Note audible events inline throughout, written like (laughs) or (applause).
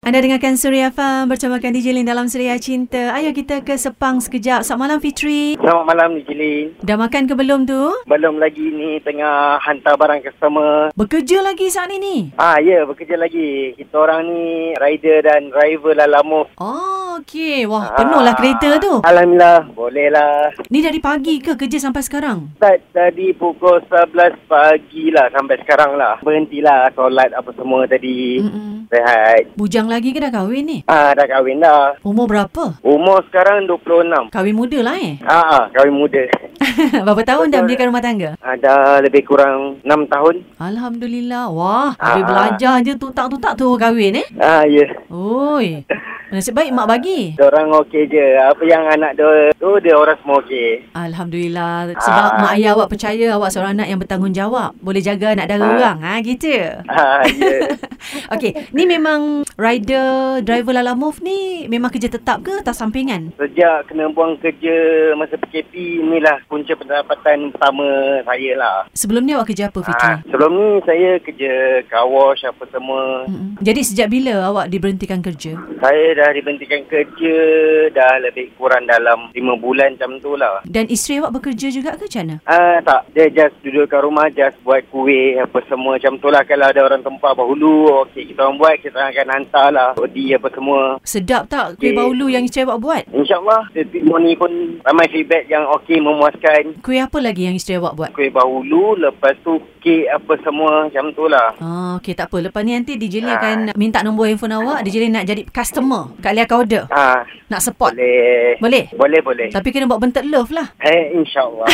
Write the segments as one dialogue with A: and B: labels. A: Anda dengarkan Suria Farm bercamakan DJ Lin dalam Suria Cinta. Ayo kita ke Sepang sekejap. Selamat malam Fitri.
B: Selamat malam ni Jilin.
A: Dah makan ke belum tu?
B: Belum lagi ni tengah hantar barang customer.
A: Bekerja lagi saat ini?
B: Ah ya, yeah, bekerja lagi. Kita orang ni rider dan driver lah lama.
A: Oh, okey.
B: Ah.
A: Wah, penuhlah kereta tu.
B: Alhamdulillah, boleh lah.
A: Ni dari pagi ke kerja sampai sekarang?
B: Start tadi pukul 11 pagi lah sampai sekarang lah. Berhentilah solat apa semua tadi.
A: Mm-mm.
B: Rehat.
A: Bujang lagi ke dah kahwin ni?
B: Ah, dah kahwin dah.
A: Umur berapa?
B: Umur sekarang 26.
A: Kahwin muda lah eh. (laughs)
B: Ah, ah kahwin muda.
A: Berapa tahun dah mendirikan rumah tangga?
B: Ah, dah lebih kurang 6 tahun.
A: Alhamdulillah. Wah, habis
B: Ah.
A: belajar je tutak-tutak tu kahwin eh.
B: Ah, ya. Yeah.
A: Oi. Nasib baik mak bagi.
B: Diorang okey je. Apa yang anak dia tu, dia orang semua okey.
A: Alhamdulillah sebab
B: Ah.
A: mak ayah awak percaya awak seorang anak yang bertanggungjawab, boleh jaga anak dara orang. Ha gitu.
B: Ah, ya. Yeah.
A: Okey, ni memang rider driver Lala Move ni memang kerja tetap ke atau sampingan?
B: Sejak kena buang kerja masa PKP inilah punca pendapatan pertama saya lah.
A: Sebelum ni awak kerja apa Fitri?
B: Ha, sebelum ni saya kerja car wash apa semua.
A: Mm-mm. Jadi sejak bila awak diberhentikan kerja?
B: Saya dah diberhentikan kerja dah lebih kurang dalam 5 bulan macam tu lah.
A: Dan isteri awak bekerja juga ke macam mana?
B: Ah tak, dia just duduk kat rumah, just buat kuih apa semua macam tu lah. Kalau ada orang tempah bahulu, okey kita orang buat, kita orang akan hantar lah. Odi apa semua.
A: Sedap tak kuih
B: Okey.
A: baulu yang isteri awak buat?
B: InsyaAllah, testimoni pun ramai feedback yang okey memuaskan.
A: Kuih apa lagi yang isteri awak buat?
B: kuih bahulu lepas tu kek apa semua macam tu lah
A: Ah, okey tak apa. Lepas ni nanti DJ Lee akan
B: Ah.
A: minta nombor handphone awak. DJ Lee nak jadi customer kat Lia Kauda.
B: ha,
A: Nak support.
B: boleh
A: Boleh?
B: boleh boleh
A: Tapi kena buat bentuk love lah.
B: eh insyaAllah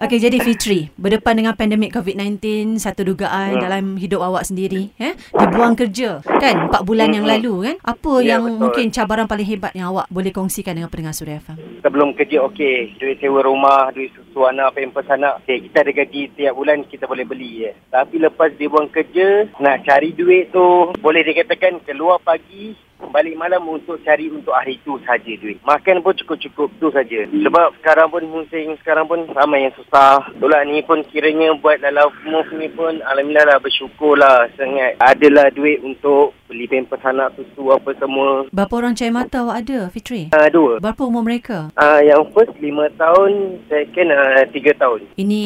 A: Okey, jadi Fitri, berdepan dengan pandemik COVID-19, satu
B: Ya.
A: dugaan dalam hidup awak sendiri, eh? Dibuang kerja, kan? Empat bulan yang lalu, kan? Apa
B: Ya,
A: yang
B: betul.
A: mungkin cabaran paling hebat yang awak boleh kongsikan dengan pendengar Suria FM?
B: sebelum kerja okey duit sewa rumah duit susu anak pampers anak okay, kita ada gaji tiap bulan kita boleh beli je tapi lepas dia buang kerja nak cari duit tu boleh dikatakan keluar pagi balik malam untuk cari untuk hari tu saja duit. Makan pun cukup-cukup tu saja. Sebab sekarang pun musim sekarang pun ramai yang susah. Tolak ni pun kiranya buat dalam move ni pun alhamdulillah lah bersyukur lah sangat. Adalah duit untuk beli pampers anak susu apa semua.
A: Berapa orang cahaya mata awak ada, Fitri?
B: Uh, dua.
A: Berapa umur mereka?
B: Uh, yang first lima tahun, second uh, tiga tahun.
A: Ini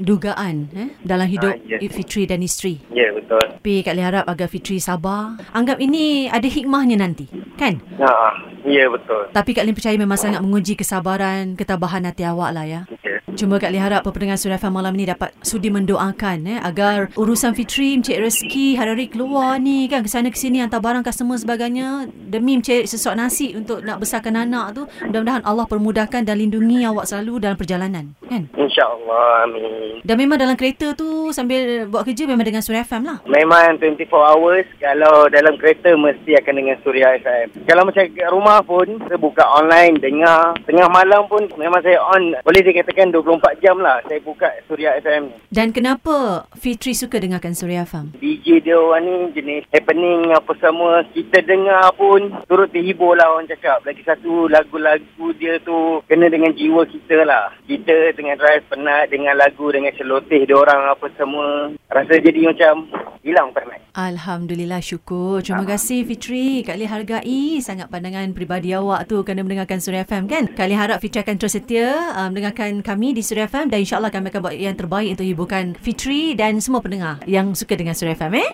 A: dugaan eh, dalam hidup
B: Ah, ya.
A: Fitri dan isteri.
B: Ya yeah, betul.
A: Tapi Kak Lee harap agar Fitri sabar. Anggap ini ada hikmahnya nanti, kan?
B: Ha, ah, ya yeah, betul.
A: Tapi Kak Lee percaya memang sangat menguji kesabaran, ketabahan hati awak lah ya.
B: Okay.
A: Cuma Kak Lee harap apa pendengar Surah FM malam ni dapat sudi mendoakan eh, agar urusan Fitri, Encik Rezeki hari-hari keluar ni kan ke sana ke sini hantar barang customer sebagainya demi mencari sesuap nasi untuk nak besarkan anak tu mudah-mudahan Allah permudahkan dan lindungi awak selalu dalam perjalanan kan
B: InsyaAllah amin.
A: dan memang dalam kereta tu sambil buat kerja memang dengan Surah FM lah
B: Memang 24 hours Kalau dalam kereta Mesti akan dengan Suria FM Kalau macam kat rumah pun Saya buka online Dengar Tengah malam pun Memang saya on Boleh dikatakan 24 jam lah Saya buka Suria FM ni
A: dan kenapa Fitri suka dengarkan Surah FM?
B: DJ dia orang ni jenis happening apa semua kita dengar pun turut terhibur lah orang cakap lagi satu lagu-lagu dia tu kena dengan jiwa kita lah kita dengan drive penat dengan lagu dengan celoteh dia orang apa semua rasa jadi macam hilang penat
A: Alhamdulillah syukur. Terima kasih Fitri. Kak Lee hargai sangat pandangan peribadi awak tu kerana mendengarkan Suria FM kan. Kak Lee harap Fitri akan terus setia um, mendengarkan kami di Suria FM dan insyaAllah kami akan buat yang terbaik untuk hiburkan Fitri dan semua pendengar yang suka dengan Suria FM eh.